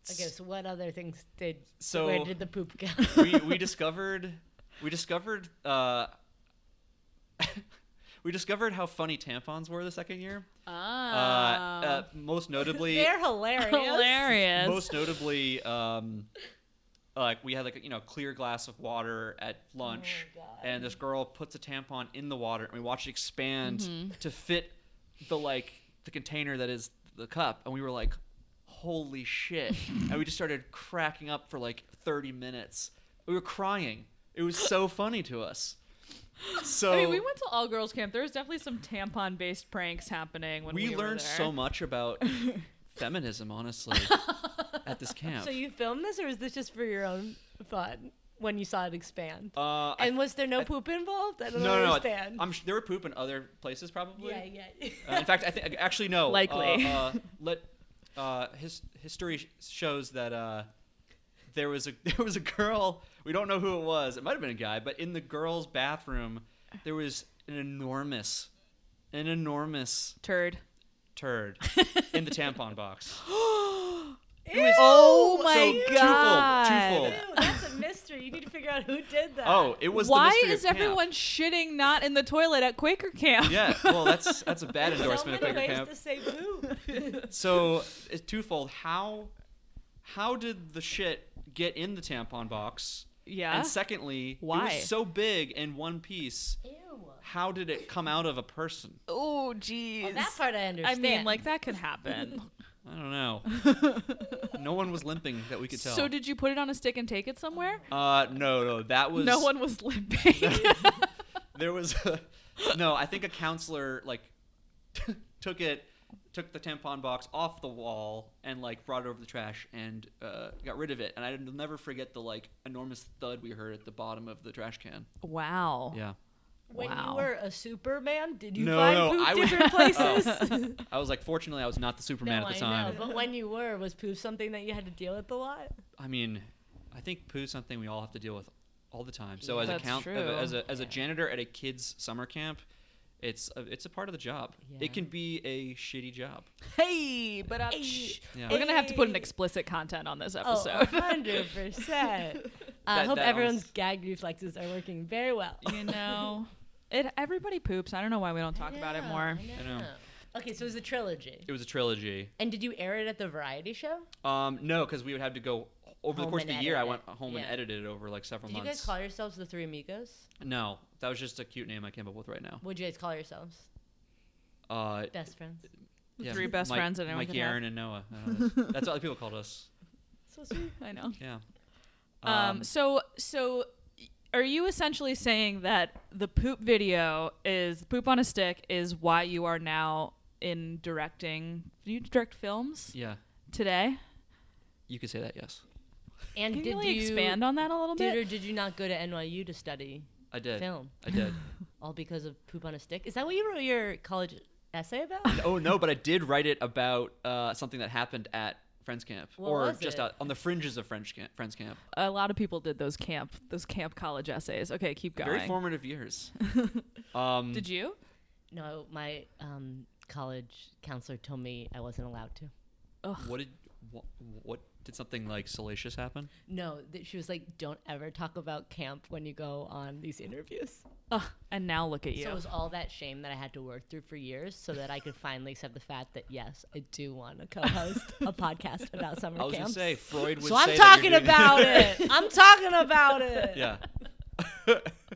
Speaker 1: Okay, so what other things did?
Speaker 3: So-
Speaker 1: where did the poop go?
Speaker 3: we we discovered we discovered uh we discovered how funny tampons were the second year. Uh, uh, most notably,
Speaker 1: Ah. They're hilarious.
Speaker 2: hilarious.
Speaker 3: most notably, um, like we had like you know a clear glass of water at lunch,
Speaker 2: Oh
Speaker 3: and this girl puts a tampon in the water, and we watched it expand
Speaker 2: Mm-hmm.
Speaker 3: to fit the like the container that is the cup, and we were like, "Holy shit!" and we just started cracking up for like 30 minutes. We were crying. It was so funny to us. So
Speaker 2: I mean, we went to all girls camp. There was definitely some tampon based pranks happening when we,
Speaker 3: we
Speaker 2: were
Speaker 3: learned
Speaker 2: there.
Speaker 3: so much about feminism, honestly, at this camp.
Speaker 1: So you filmed this, or was this just for your own fun when you saw it expand?
Speaker 3: uh, I
Speaker 1: and was there no poop involved? I don't
Speaker 3: no, no, no.
Speaker 1: understand.
Speaker 3: I'm sh- there were poop in other places probably.
Speaker 1: yeah, yeah.
Speaker 3: Uh, in fact, I think actually no.
Speaker 2: Likely.
Speaker 3: Uh, uh, let uh, his history sh- shows that uh, there was a there was a girl. We don't know who it was. It might have been a guy, but in the girls' bathroom, there was an enormous, an enormous
Speaker 2: turd.
Speaker 3: turd in the tampon box.
Speaker 2: Oh
Speaker 3: so
Speaker 2: my
Speaker 3: twofold,
Speaker 2: god.
Speaker 3: twofold.
Speaker 1: Ew, Oh, that's a mystery. You need to figure out who did that.
Speaker 3: Oh, it was.
Speaker 2: Why
Speaker 3: the mystery
Speaker 2: is
Speaker 3: of camp.
Speaker 2: everyone shitting not in the toilet at Quaker camp?
Speaker 3: Yeah, well, that's that's a bad endorsement of
Speaker 1: so many
Speaker 3: Quaker
Speaker 1: ways
Speaker 3: Camp.
Speaker 1: to say poop.
Speaker 3: So it's twofold. How how did the shit get in the tampon box?
Speaker 2: Yeah.
Speaker 3: And secondly, it
Speaker 2: Why?
Speaker 3: was so big in one piece.
Speaker 1: Ew.
Speaker 3: How did it come out of a person?
Speaker 2: oh jeez.
Speaker 1: Well, that part I
Speaker 2: I
Speaker 1: understand.
Speaker 2: mean, like that could happen.
Speaker 3: I don't know. no one was limping that we could tell.
Speaker 2: so did you put it on a stick and take it somewhere?
Speaker 3: uh no no that was
Speaker 2: no one was limping.
Speaker 3: there was a, no I think a counselor like took it took the tampon box off the wall and like brought it over the trash and uh, got rid of it. And I'll never forget the like enormous thud we heard at the bottom of the trash can.
Speaker 2: Wow.
Speaker 3: Yeah.
Speaker 1: When
Speaker 2: Wow.
Speaker 1: you were a Superman, did you
Speaker 3: No,
Speaker 1: find
Speaker 3: no,
Speaker 1: poop
Speaker 3: I was-
Speaker 1: different
Speaker 3: Oh.
Speaker 1: places?
Speaker 3: I was like, fortunately, I was not the Superman
Speaker 1: no,
Speaker 3: at the
Speaker 1: I
Speaker 3: time.
Speaker 1: know. But when you were, was poop something that you had to deal with a lot?
Speaker 3: I mean, I think poo's something we all have to deal with all the time. So as a
Speaker 2: That's
Speaker 3: count,
Speaker 2: true.
Speaker 3: as a as a janitor at a kids summer camp, it's a, it's a part of the job.
Speaker 1: Yeah.
Speaker 3: It can be a shitty job.
Speaker 2: Hey, but uh,
Speaker 1: Hey.
Speaker 3: Yeah.
Speaker 2: we're gonna have to put an explicit content on this
Speaker 1: Oh,
Speaker 2: episode.
Speaker 1: 100%. I
Speaker 3: That-
Speaker 1: Uh, hope
Speaker 3: that
Speaker 1: everyone's
Speaker 3: almost-
Speaker 1: gag reflexes are working very well.
Speaker 2: you know, it. Everybody poops. I don't know why we don't talk about it
Speaker 1: Yeah,
Speaker 2: more.
Speaker 3: I know.
Speaker 1: Okay, so it was a trilogy.
Speaker 3: It was a trilogy.
Speaker 1: And did you air it at the variety show?
Speaker 3: Um, no, because we would have to go over the
Speaker 1: Home
Speaker 3: course of
Speaker 1: and
Speaker 3: the year. I
Speaker 1: edit
Speaker 3: went
Speaker 1: it.
Speaker 3: home and
Speaker 1: Yeah.
Speaker 3: edited it over like several
Speaker 1: Did you guys
Speaker 3: months.
Speaker 1: call yourselves the Three Amigos?
Speaker 3: no, that was just a cute name I came up with right now.
Speaker 1: What'd you guys call yourselves?
Speaker 3: Uh,
Speaker 1: Best friends.
Speaker 3: yeah,
Speaker 2: Three best
Speaker 3: Mike-
Speaker 2: friends that anyone
Speaker 3: Mikey,
Speaker 2: could have.
Speaker 3: Aaron, and Noah. I don't know. That's what other people called us.
Speaker 1: So sweet.
Speaker 2: I know.
Speaker 3: Yeah.
Speaker 2: Um, So so. Are you essentially saying that the poop video is poop on a stick is why you are now in directing? Do you direct films
Speaker 3: yeah,
Speaker 2: today?
Speaker 3: you could say that. Yes,
Speaker 1: And
Speaker 2: Can
Speaker 1: did
Speaker 2: you really
Speaker 1: you
Speaker 2: expand on that a little
Speaker 1: Did
Speaker 2: bit?
Speaker 1: or did you not go to NYU to study
Speaker 3: I did.
Speaker 1: film?
Speaker 3: I did.
Speaker 1: All because of poop on a stick? Is that what you wrote your college essay about?
Speaker 3: oh no, but I did write it about uh, something that happened at Friends Camp,
Speaker 1: What
Speaker 3: or
Speaker 1: was
Speaker 3: just
Speaker 1: it?
Speaker 3: out on the fringes of French camp, Friends Camp.
Speaker 2: a lot of people did those camp those camp college essays. Okay, keep going.
Speaker 3: Very formative years. Um,
Speaker 2: Did you?
Speaker 1: no, my um, college counselor told me I wasn't allowed to.
Speaker 3: What did what, what did something like salacious happen?
Speaker 1: No, that she was like, don't ever talk about camp when you go on these interviews.
Speaker 2: Ugh, and now look at you.
Speaker 1: So it was all that shame that I had to work through for years so that I could finally accept the fact that, yes, I do want to co host a podcast about summer
Speaker 3: I was
Speaker 1: camps.
Speaker 3: gonna say Freud would.
Speaker 1: so I'm
Speaker 3: say that
Speaker 1: talking
Speaker 3: you're doing-
Speaker 1: about it. I'm talking about it.
Speaker 3: yeah.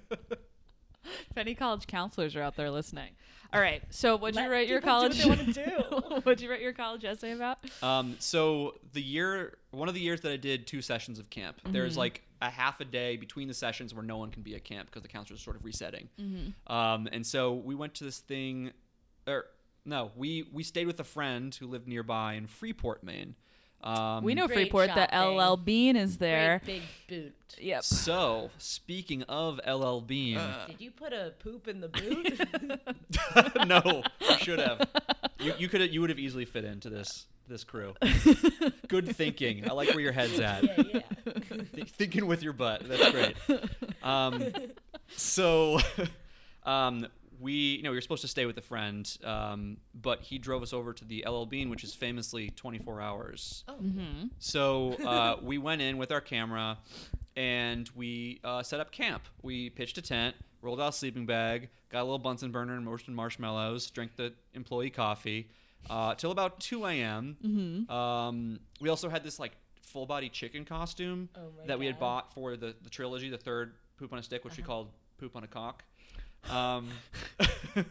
Speaker 2: if any college counselors are out there listening. All right. So what'd you write your
Speaker 1: people
Speaker 2: college
Speaker 1: do what they wanna
Speaker 2: what'd you write your college essay about?
Speaker 3: Um, so the year, one of the years that I did two sessions of camp,
Speaker 2: Mm-hmm.
Speaker 3: there's like a half a day between the sessions where no one can be at camp because the counselors are sort of resetting.
Speaker 2: Mm-hmm.
Speaker 3: Um, and so we went to this thing, or no, we we stayed with a friend who lived nearby in Freeport, Maine. Um,
Speaker 2: We know
Speaker 1: Great
Speaker 2: Freeport that
Speaker 1: shopping.
Speaker 2: LL Bean is there.
Speaker 1: Great big boot.
Speaker 2: Yep.
Speaker 3: So speaking of LL Bean,
Speaker 2: Uh.
Speaker 1: Did you put a poop in the boot?
Speaker 3: no, you should have. You, you could you would have easily fit into this this crew. Good thinking. I like where your head's at.
Speaker 1: yeah, yeah.
Speaker 3: Th- thinking with your butt. That's great. Um, so, um, we you know we were supposed to stay with a friend, um, but he drove us over to the LL Bean, which is famously 24 hours.
Speaker 1: Oh.
Speaker 3: So uh, we went in with our camera, and we uh, set up camp. We pitched a tent, rolled out a sleeping bag, got a little Bunsen burner and roasted marshmallows, drank the employee coffee. Uh, till about 2 a.m.
Speaker 1: Mm-hmm.
Speaker 3: Um, we also had this like full body chicken costume
Speaker 1: Oh my
Speaker 3: that we had
Speaker 1: God. Uh-huh.
Speaker 3: bought for the, the trilogy, the third poop on a stick, which we called poop on a cock. Um,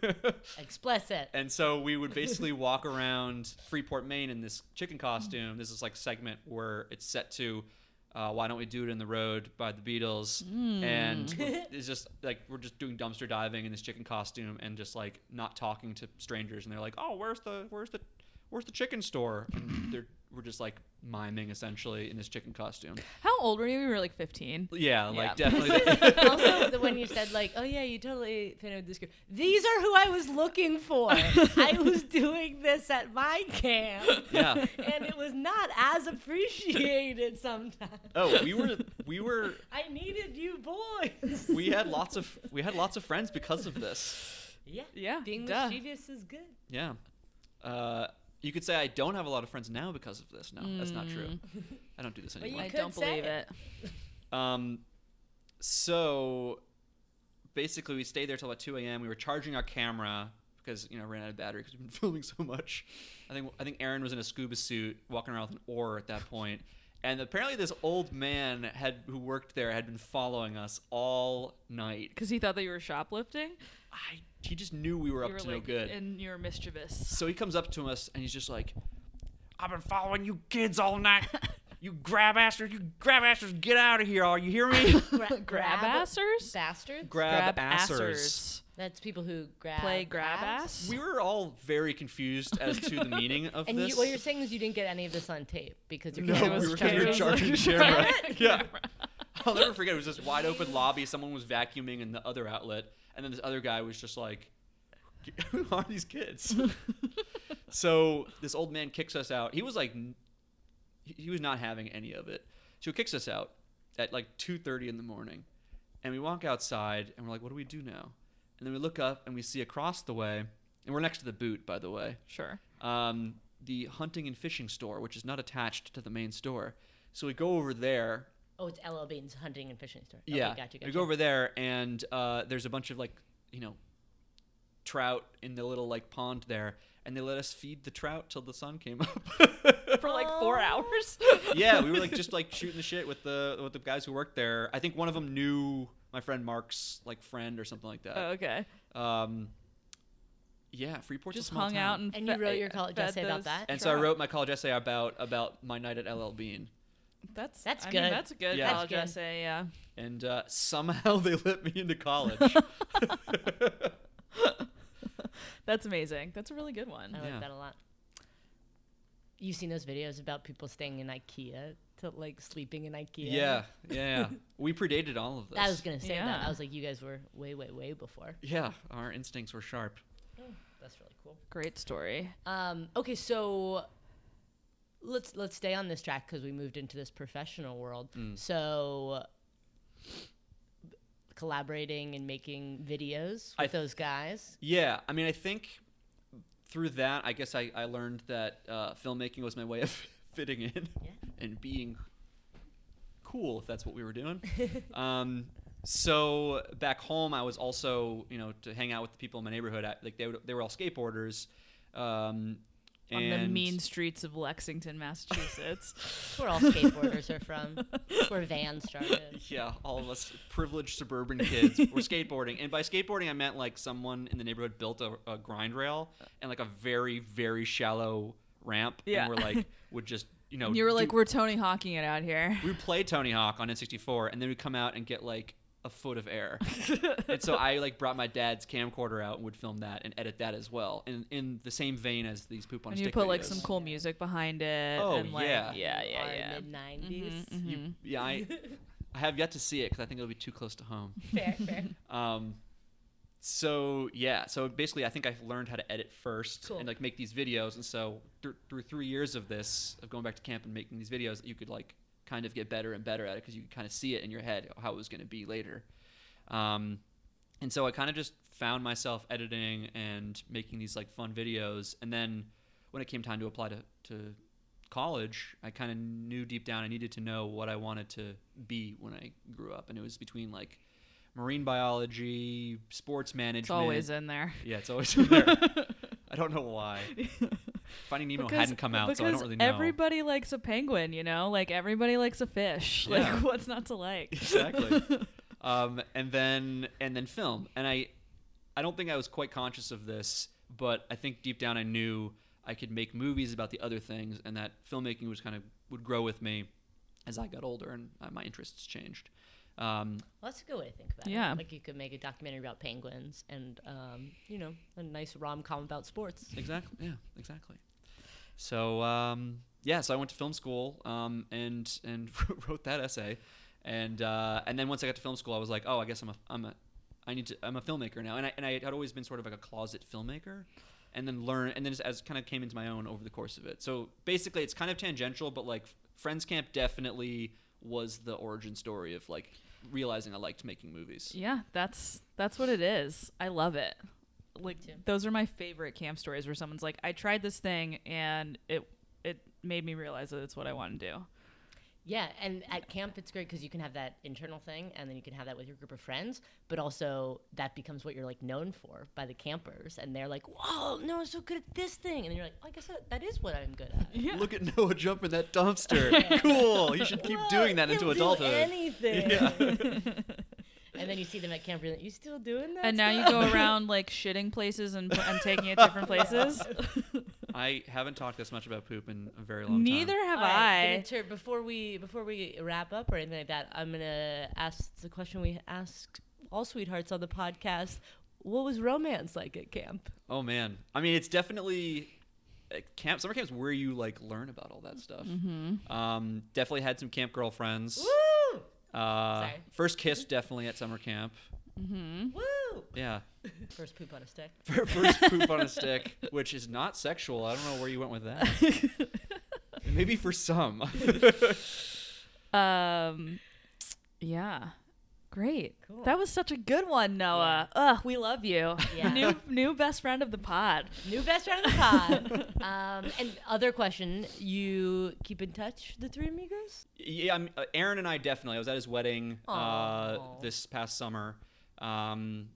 Speaker 1: Explicit.
Speaker 3: and so we would basically walk around Freeport, Maine, in this chicken costume. This is like segment where it's set to. Uh, why don't we do it in the road by the Beatles? And we're- it's just like we're just doing dumpster diving in this chicken costume and just like not talking to strangers. And they're like, "Oh, where's the where's the where's the chicken store?" And they're we're just like miming essentially in this chicken costume.
Speaker 2: How old were you? You were like fifteen.
Speaker 3: Yeah, like
Speaker 2: Yeah.
Speaker 3: definitely.
Speaker 1: also, the when you said like, "Oh yeah, you totally fit in with this group." These are who I was looking for. I was doing this at my camp,
Speaker 3: yeah.
Speaker 1: and it was not as appreciated sometimes.
Speaker 3: Oh, we were we were
Speaker 1: I needed you boys.
Speaker 3: we had lots of we had lots of friends because of this.
Speaker 1: yeah,
Speaker 2: Yeah,
Speaker 1: being
Speaker 2: duh.
Speaker 1: mischievous is good.
Speaker 3: Yeah. Uh, you could say I don't have a lot of friends now because of this. No, that's not
Speaker 2: Mm.
Speaker 3: true. I don't do this
Speaker 1: you
Speaker 3: anymore.
Speaker 2: I
Speaker 1: could
Speaker 2: don't
Speaker 1: say
Speaker 2: believe it.
Speaker 1: it.
Speaker 3: Um, so basically, we stayed there till about 2 a.m. We were charging our camera because you know ran out of battery because we've been filming so much. I think I think Aaron was in a scuba suit walking around with an oar at that point. And apparently, this old man had who worked there had been following us all night.
Speaker 2: Because he thought that you were shoplifting.
Speaker 3: I, he just knew we were up
Speaker 2: you were
Speaker 3: to
Speaker 2: like
Speaker 3: no good.
Speaker 2: and you're mischievous.
Speaker 3: So he comes up to us and he's just like, I've been following you kids all night. you grab assers, you grab assers, get out of here, all you hear me?
Speaker 1: Gra-
Speaker 2: Grab assers?
Speaker 1: Bastards?
Speaker 3: grab, assers.
Speaker 1: That's people who grab.
Speaker 2: Play grab
Speaker 1: ass?
Speaker 2: ass?
Speaker 3: We were all very confused as to the meaning of
Speaker 1: And
Speaker 3: this.
Speaker 1: you, what you're saying is you didn't get any of this on tape because your
Speaker 3: no,
Speaker 1: camera
Speaker 2: It
Speaker 3: we
Speaker 1: was
Speaker 3: were
Speaker 2: charged.
Speaker 3: we were
Speaker 2: It was
Speaker 3: charging the
Speaker 2: like-
Speaker 3: camera. yeah. I'll never forget. It was this wide open lobby. Someone was vacuuming in the other outlet, and then this other guy was just like, "Who are these kids?" so this old man kicks us out. He was like, n- he he was not having any of it. So he kicks us out at like two thirty in the morning, and we walk outside, and we're like, "What do we do now?" And then we look up, and we see across the way, and we're next to the boot, by the way
Speaker 2: Sure.
Speaker 3: um, the hunting and fishing store, which is not attached to the main store. So we go over there.
Speaker 1: Oh, it's LL Bean's hunting and fishing store.
Speaker 3: yeah,
Speaker 1: Okay, gotcha, gotcha.
Speaker 3: we go over there, and uh, there's a bunch of like, you know, trout in the little like pond there, and they let us feed the trout till the sun came up.
Speaker 2: For like four hours.
Speaker 3: yeah, we were like just like shooting the shit with the with the guys who worked there. I think one of them knew my friend Mark's like friend or something like that.
Speaker 2: Oh, okay.
Speaker 3: Um, yeah, Freeport's a
Speaker 2: Just
Speaker 3: small
Speaker 2: hung
Speaker 3: town.
Speaker 2: out and
Speaker 1: And you
Speaker 2: fe-
Speaker 1: wrote your college
Speaker 2: fed
Speaker 1: essay about
Speaker 2: those-
Speaker 1: that?
Speaker 3: And so I
Speaker 2: trout.
Speaker 3: wrote my college essay about about my night at LL Bean.
Speaker 2: That's
Speaker 1: That's
Speaker 2: I
Speaker 1: good.
Speaker 2: Mean, that's a good
Speaker 3: Yeah.
Speaker 2: college
Speaker 1: That's good.
Speaker 2: essay. Yeah.
Speaker 3: and uh, somehow they let me into college.
Speaker 2: That's amazing. That's a really good one.
Speaker 1: I
Speaker 3: Yeah.
Speaker 1: like that a lot. You've seen those videos about people staying in IKEA to like sleeping in IKEA.
Speaker 3: yeah, yeah, yeah. We predated all of this.
Speaker 1: I was gonna say that.
Speaker 2: Yeah.
Speaker 1: I was like, you guys were way, way, way before.
Speaker 3: yeah, our instincts were sharp.
Speaker 1: That's really cool.
Speaker 2: Great story.
Speaker 1: Um, okay, so let's let's stay on this track because we moved into this professional world.
Speaker 3: Mm.
Speaker 1: So collaborating and making videos with
Speaker 3: I-
Speaker 1: those guys.
Speaker 3: Yeah, I mean, I think through that, I guess I, I learned that uh, filmmaking was my way of fitting in
Speaker 1: Yeah.
Speaker 3: and being cool, if that's what we were doing. um, so back home, I was also, you know, to hang out with the people in my neighborhood. I, like they, would, they were all skateboarders. Um,
Speaker 2: On the
Speaker 3: and-
Speaker 2: mean streets of Lexington, Massachusetts.
Speaker 1: That's where all skateboarders are from. That's where Van started.
Speaker 3: Yeah, all of us privileged suburban kids were skateboarding. And by skateboarding, I meant like someone in the neighborhood built a, a grind rail and like a very, very shallow ramp.
Speaker 2: Yeah.
Speaker 3: And we're like, would just, you know,
Speaker 2: you were
Speaker 3: do-
Speaker 2: like, we're Tony Hawking it out here.
Speaker 3: we would play Tony Hawk on N64 and then we'd come out and get like a foot of air. and so I like brought my dad's camcorder out and would film that and edit that as well in, in the same vein as these poop on a
Speaker 2: And you
Speaker 3: stick
Speaker 2: put like
Speaker 3: videos.
Speaker 2: some cool music behind it.
Speaker 3: Oh,
Speaker 2: and, like,
Speaker 3: yeah.
Speaker 2: Yeah, yeah,
Speaker 1: um, Our
Speaker 2: yeah. Mm-hmm,
Speaker 1: Mid 90s
Speaker 3: You- yeah, I, I have yet to see it because I think it'll be too close to home.
Speaker 1: Fair, fair.
Speaker 3: Um, so yeah, so basically, I think I've learned how to edit first
Speaker 1: Cool.
Speaker 3: and like make these videos. And so thr- through three years of this, of going back to camp and making these videos, you could like kind of get better and better at it because you could kind of see it in your head how it was going to be later. Um, and so I kind of just found myself editing and making these like fun videos. And then when it came time to apply to, to college, I kind of knew deep down I needed to know what I wanted to be when I grew up. And it was between like marine biology, sports management.
Speaker 2: It's always in there.
Speaker 3: Yeah, it's always in there. I don't know why. Finding Nemo hadn't come out, so I don't
Speaker 2: because
Speaker 3: really know.
Speaker 2: Everybody likes a penguin, you know? Like everybody likes a fish.
Speaker 3: Yeah.
Speaker 2: Like what's not to like?
Speaker 3: exactly. um, and then and then film. And I I don't think I was quite conscious of this, but I think deep down I knew I could make movies about the other things, and that filmmaking was kind of would grow with me as I got older and uh, my interests changed. Um,
Speaker 1: Well, that's a good way to think about it.
Speaker 2: Yeah.
Speaker 1: Like you could make a documentary about penguins and, um, you know, a nice rom com about sports.
Speaker 3: exactly. Yeah. Exactly. So um, yeah, so I went to film school um, and and wrote that essay, and uh, and then once I got to film school, I was like, oh, I guess I'm a I'm a I need to I'm a filmmaker now, and I and I had always been sort of like a closet filmmaker, and then learn and then just as kind of came into my own over the course of it. So basically, it's kind of tangential, but like Friends Camp definitely was the origin story of like realizing I liked making movies.
Speaker 2: Yeah, that's that's what it is. I love it. Like
Speaker 1: too.
Speaker 2: those are my favorite camp stories where someone's like, I tried this thing and it it made me realize that it's what I want to do.
Speaker 1: Yeah. And at camp, it's great because you can have that internal thing and then you can have that with your group of friends. But also, that becomes what you're like known for by the campers. And they're like, whoa, no, I'm so good at this thing. And then you're like, oh, I guess that, that is what I'm good at.
Speaker 2: Yeah.
Speaker 3: Look at Noah jumping that dumpster. cool. He should keep
Speaker 1: Whoa,
Speaker 3: doing that into
Speaker 1: he'll do
Speaker 3: adulthood.
Speaker 1: anything.
Speaker 3: Yeah.
Speaker 1: and then you see them at camp, you're like, you still doing that?
Speaker 2: And now you
Speaker 1: stuff?"
Speaker 2: go around like shitting places and, and taking it different places.
Speaker 3: I haven't talked this much about poop in a very long time.
Speaker 2: Neither have
Speaker 1: All right,
Speaker 2: I.
Speaker 1: and Inter, before we before we wrap up or anything like that, I'm gonna ask the question we asked all sweethearts on the podcast: What was romance like at camp?
Speaker 3: Oh man, I mean, it's definitely uh, camp. Summer camps where you like learn about all that stuff. Um, definitely had some camp girlfriends.
Speaker 1: Mm-hmm. Woo!
Speaker 3: Uh,
Speaker 1: Sorry.
Speaker 3: first kiss definitely at summer camp.
Speaker 1: Woo!
Speaker 3: Yeah,
Speaker 1: First poop on a stick.
Speaker 3: first poop on a stick, which is not sexual. I don't know where you went with that. Maybe for some.
Speaker 2: Um, yeah, great.
Speaker 1: Cool.
Speaker 2: That was such a good one, Noah. Ugh, we love you.
Speaker 1: Yeah.
Speaker 2: new new best friend of the pod.
Speaker 1: New best friend of the pod. um, and other question: You keep in touch, the three amigos?
Speaker 3: yeah, I'm, uh, Aaron and I definitely. I was at his wedding uh,
Speaker 1: Aw.
Speaker 3: this past summer. Um,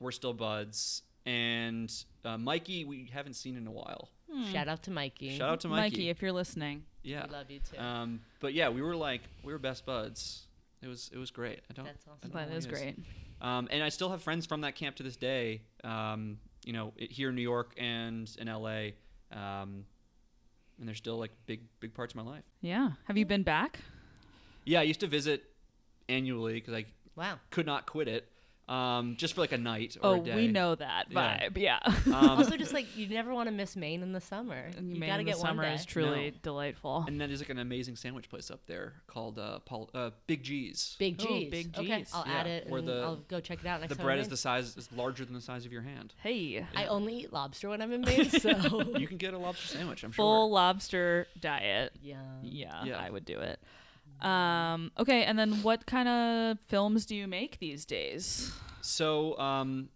Speaker 3: we're still buds, and uh, Mikey we haven't seen in a while.
Speaker 1: Shout out to Mm-hmm. Mikey.
Speaker 3: Shout out to
Speaker 2: Mikey, if you're listening.
Speaker 3: Yeah.
Speaker 1: We love you too.
Speaker 3: Um, but yeah, we were like we were best buds. It was it was great. I don't.
Speaker 1: That's
Speaker 3: I
Speaker 1: awesome.
Speaker 3: don't know
Speaker 2: That
Speaker 3: where
Speaker 2: is
Speaker 3: he
Speaker 2: great.
Speaker 3: Um, and I still have friends from that camp to this day. Um, you know, it, here in New York and in LA. Um, and they're still like big big parts of my life.
Speaker 2: Yeah. Have you been back?
Speaker 3: Yeah, I used to visit annually because I
Speaker 1: wow.
Speaker 3: could not quit it. Um, just for like a night or
Speaker 2: Oh,
Speaker 3: a day.
Speaker 2: we know that
Speaker 3: Yeah.
Speaker 2: vibe. Yeah. Uh,
Speaker 3: Um,
Speaker 1: also, just like you never want to miss Maine in the summer. You
Speaker 2: Maine
Speaker 1: gotta
Speaker 2: in the
Speaker 1: get
Speaker 2: summer
Speaker 1: one day.
Speaker 2: is truly delightful.
Speaker 3: and then there's like an amazing sandwich place up there called uh, Paul, uh, Big G's.
Speaker 1: Big G's.
Speaker 2: Oh, Big
Speaker 1: Okay,
Speaker 2: G's.
Speaker 1: I'll
Speaker 3: Yeah,
Speaker 1: add it
Speaker 3: or
Speaker 1: and
Speaker 3: the-
Speaker 1: I'll go check it out next
Speaker 3: the
Speaker 1: time.
Speaker 3: bread
Speaker 1: I'm
Speaker 3: is
Speaker 1: in.
Speaker 3: the size is larger than the size of your hand.
Speaker 2: Hey.
Speaker 1: I only eat lobster when I'm in Maine, so
Speaker 3: You can get a lobster sandwich. I'm sure.
Speaker 2: Full lobster diet.
Speaker 1: yeah.
Speaker 2: Yeah,
Speaker 3: Yeah.
Speaker 2: I would do it. Um, okay, and then what kind of films do you make these days?
Speaker 3: So, um,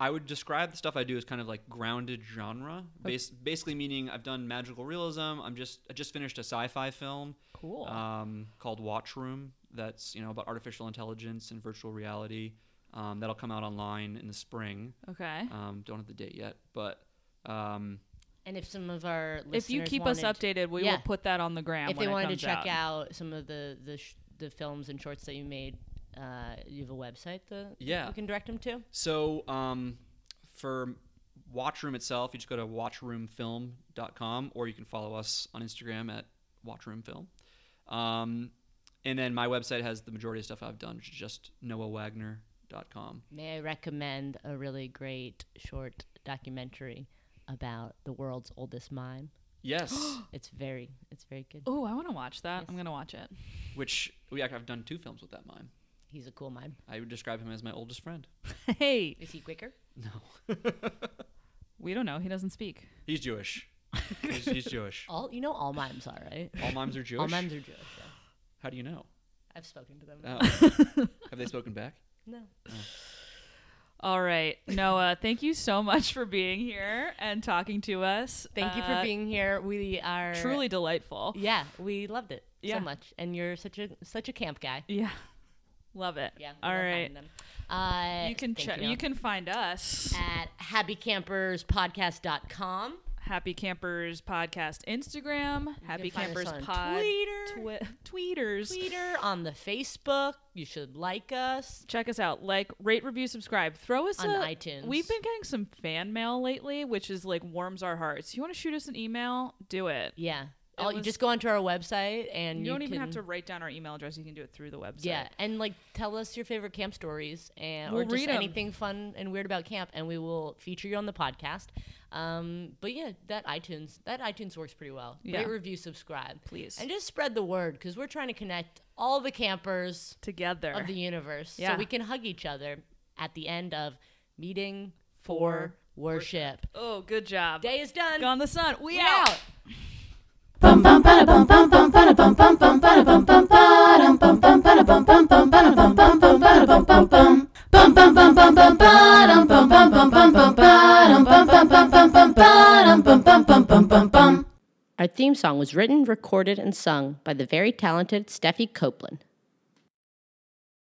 Speaker 3: I would describe the stuff I do as kind of like grounded genre, bas- basically meaning I've done magical realism. I'm just I just finished a sci-fi film
Speaker 2: Cool.
Speaker 3: um, called Watchroom. That's you know about artificial intelligence and virtual reality. Um, that'll come out online in the spring.
Speaker 2: okay.
Speaker 3: Um, don't have the date yet, but um,
Speaker 1: And if some of our listeners
Speaker 2: if you keep us
Speaker 1: wanted-
Speaker 2: updated, we
Speaker 1: Yeah.
Speaker 2: will put that on the gram.
Speaker 1: if they
Speaker 2: when it
Speaker 1: wanted to
Speaker 2: comes
Speaker 1: check out.
Speaker 2: out.
Speaker 1: some of the the, sh- the films and shorts that you made, uh, you have a website that
Speaker 3: Yeah.
Speaker 1: we can direct them to.
Speaker 3: So um, for Watchroom itself, you just go to watchroomfilm.com or you can follow us on Instagram at watchroomfilm. Um, and then my website has the majority of stuff I've done, which is just noahwagner.com.
Speaker 1: May I recommend a really great short documentary about the world's oldest mine?
Speaker 3: Yes,
Speaker 1: It's very, it's very good.
Speaker 2: Oh, I want to watch that. I'm
Speaker 1: Yes.
Speaker 2: gonna watch it.
Speaker 3: which we I've done two films with that mime.
Speaker 1: He's a cool mime.
Speaker 3: I would describe him as my oldest friend.
Speaker 2: Hey,
Speaker 1: Is he quicker?
Speaker 2: we don't know. He doesn't speak.
Speaker 3: He's Jewish. he's, he's Jewish.
Speaker 1: All you know, all mimes are right.
Speaker 3: All mimes are Jewish.
Speaker 1: All mimes are Jewish. Yeah.
Speaker 3: How do you know?
Speaker 1: I've spoken to them.
Speaker 3: Oh. have they spoken back?
Speaker 1: no.
Speaker 2: All right, Noah. thank you so much for being here and talking to us.
Speaker 1: Thank you for
Speaker 2: Uh,
Speaker 1: being here. We are
Speaker 2: truly delightful.
Speaker 1: Yeah, we loved it
Speaker 2: Yeah.
Speaker 1: so much, and you're such a such a camp guy.
Speaker 2: Yeah, love it.
Speaker 1: Yeah. we
Speaker 2: All
Speaker 1: love
Speaker 2: right.
Speaker 1: having them. Uh,
Speaker 2: You can
Speaker 1: thank
Speaker 2: check.
Speaker 1: Noah.
Speaker 2: You can find us.
Speaker 1: at happycamperspodcast.com.
Speaker 2: Happy Campers Podcast Instagram, Happy
Speaker 1: find us on
Speaker 2: Campers Pod
Speaker 1: Twitter.
Speaker 2: Twi- tweeters.
Speaker 1: Twitter on the Facebook. You should like us.
Speaker 2: Check us out, like, rate, review, subscribe. Throw us
Speaker 1: On
Speaker 2: a-
Speaker 1: iTunes.
Speaker 2: We've been getting some fan mail lately, which is like warms our hearts. You want to shoot us an email? Do it.
Speaker 1: Yeah. All, you
Speaker 2: was-
Speaker 1: just go onto our website and
Speaker 2: You,
Speaker 1: you,
Speaker 2: don't even
Speaker 1: can,
Speaker 2: have to write down our email address. You can do it through the website.
Speaker 1: Yeah, and like tell us your favorite camp stories and or
Speaker 2: We'll
Speaker 1: just
Speaker 2: read 'em.
Speaker 1: anything fun and weird about camp, and we will feature you on the podcast. Um, but yeah, that iTunes that iTunes works pretty well.
Speaker 2: Yeah.
Speaker 1: Rate, review, subscribe,
Speaker 2: Please.
Speaker 1: and just spread the word because we're trying to connect all the campers
Speaker 2: Together.
Speaker 1: of the universe,
Speaker 2: Yeah.
Speaker 1: so we can hug each other at the end of meeting for
Speaker 2: For
Speaker 1: worship.
Speaker 2: oh, good job.
Speaker 1: Day is done.
Speaker 2: Gone the sun. We,
Speaker 1: We
Speaker 2: out.
Speaker 1: out.
Speaker 5: Bum bum bada bum bum bum bada bum bum bum bada bum bum bada bum bum bada bum bum bum bada bum bum bum bada bum bum bum bum bum bum bum bum bada bum bum bum bum bum bada bum bum bum bum bum bada bum bum bum bum bum bum.
Speaker 1: Our theme song was written, recorded, and sung by the very talented Steffi Copeland.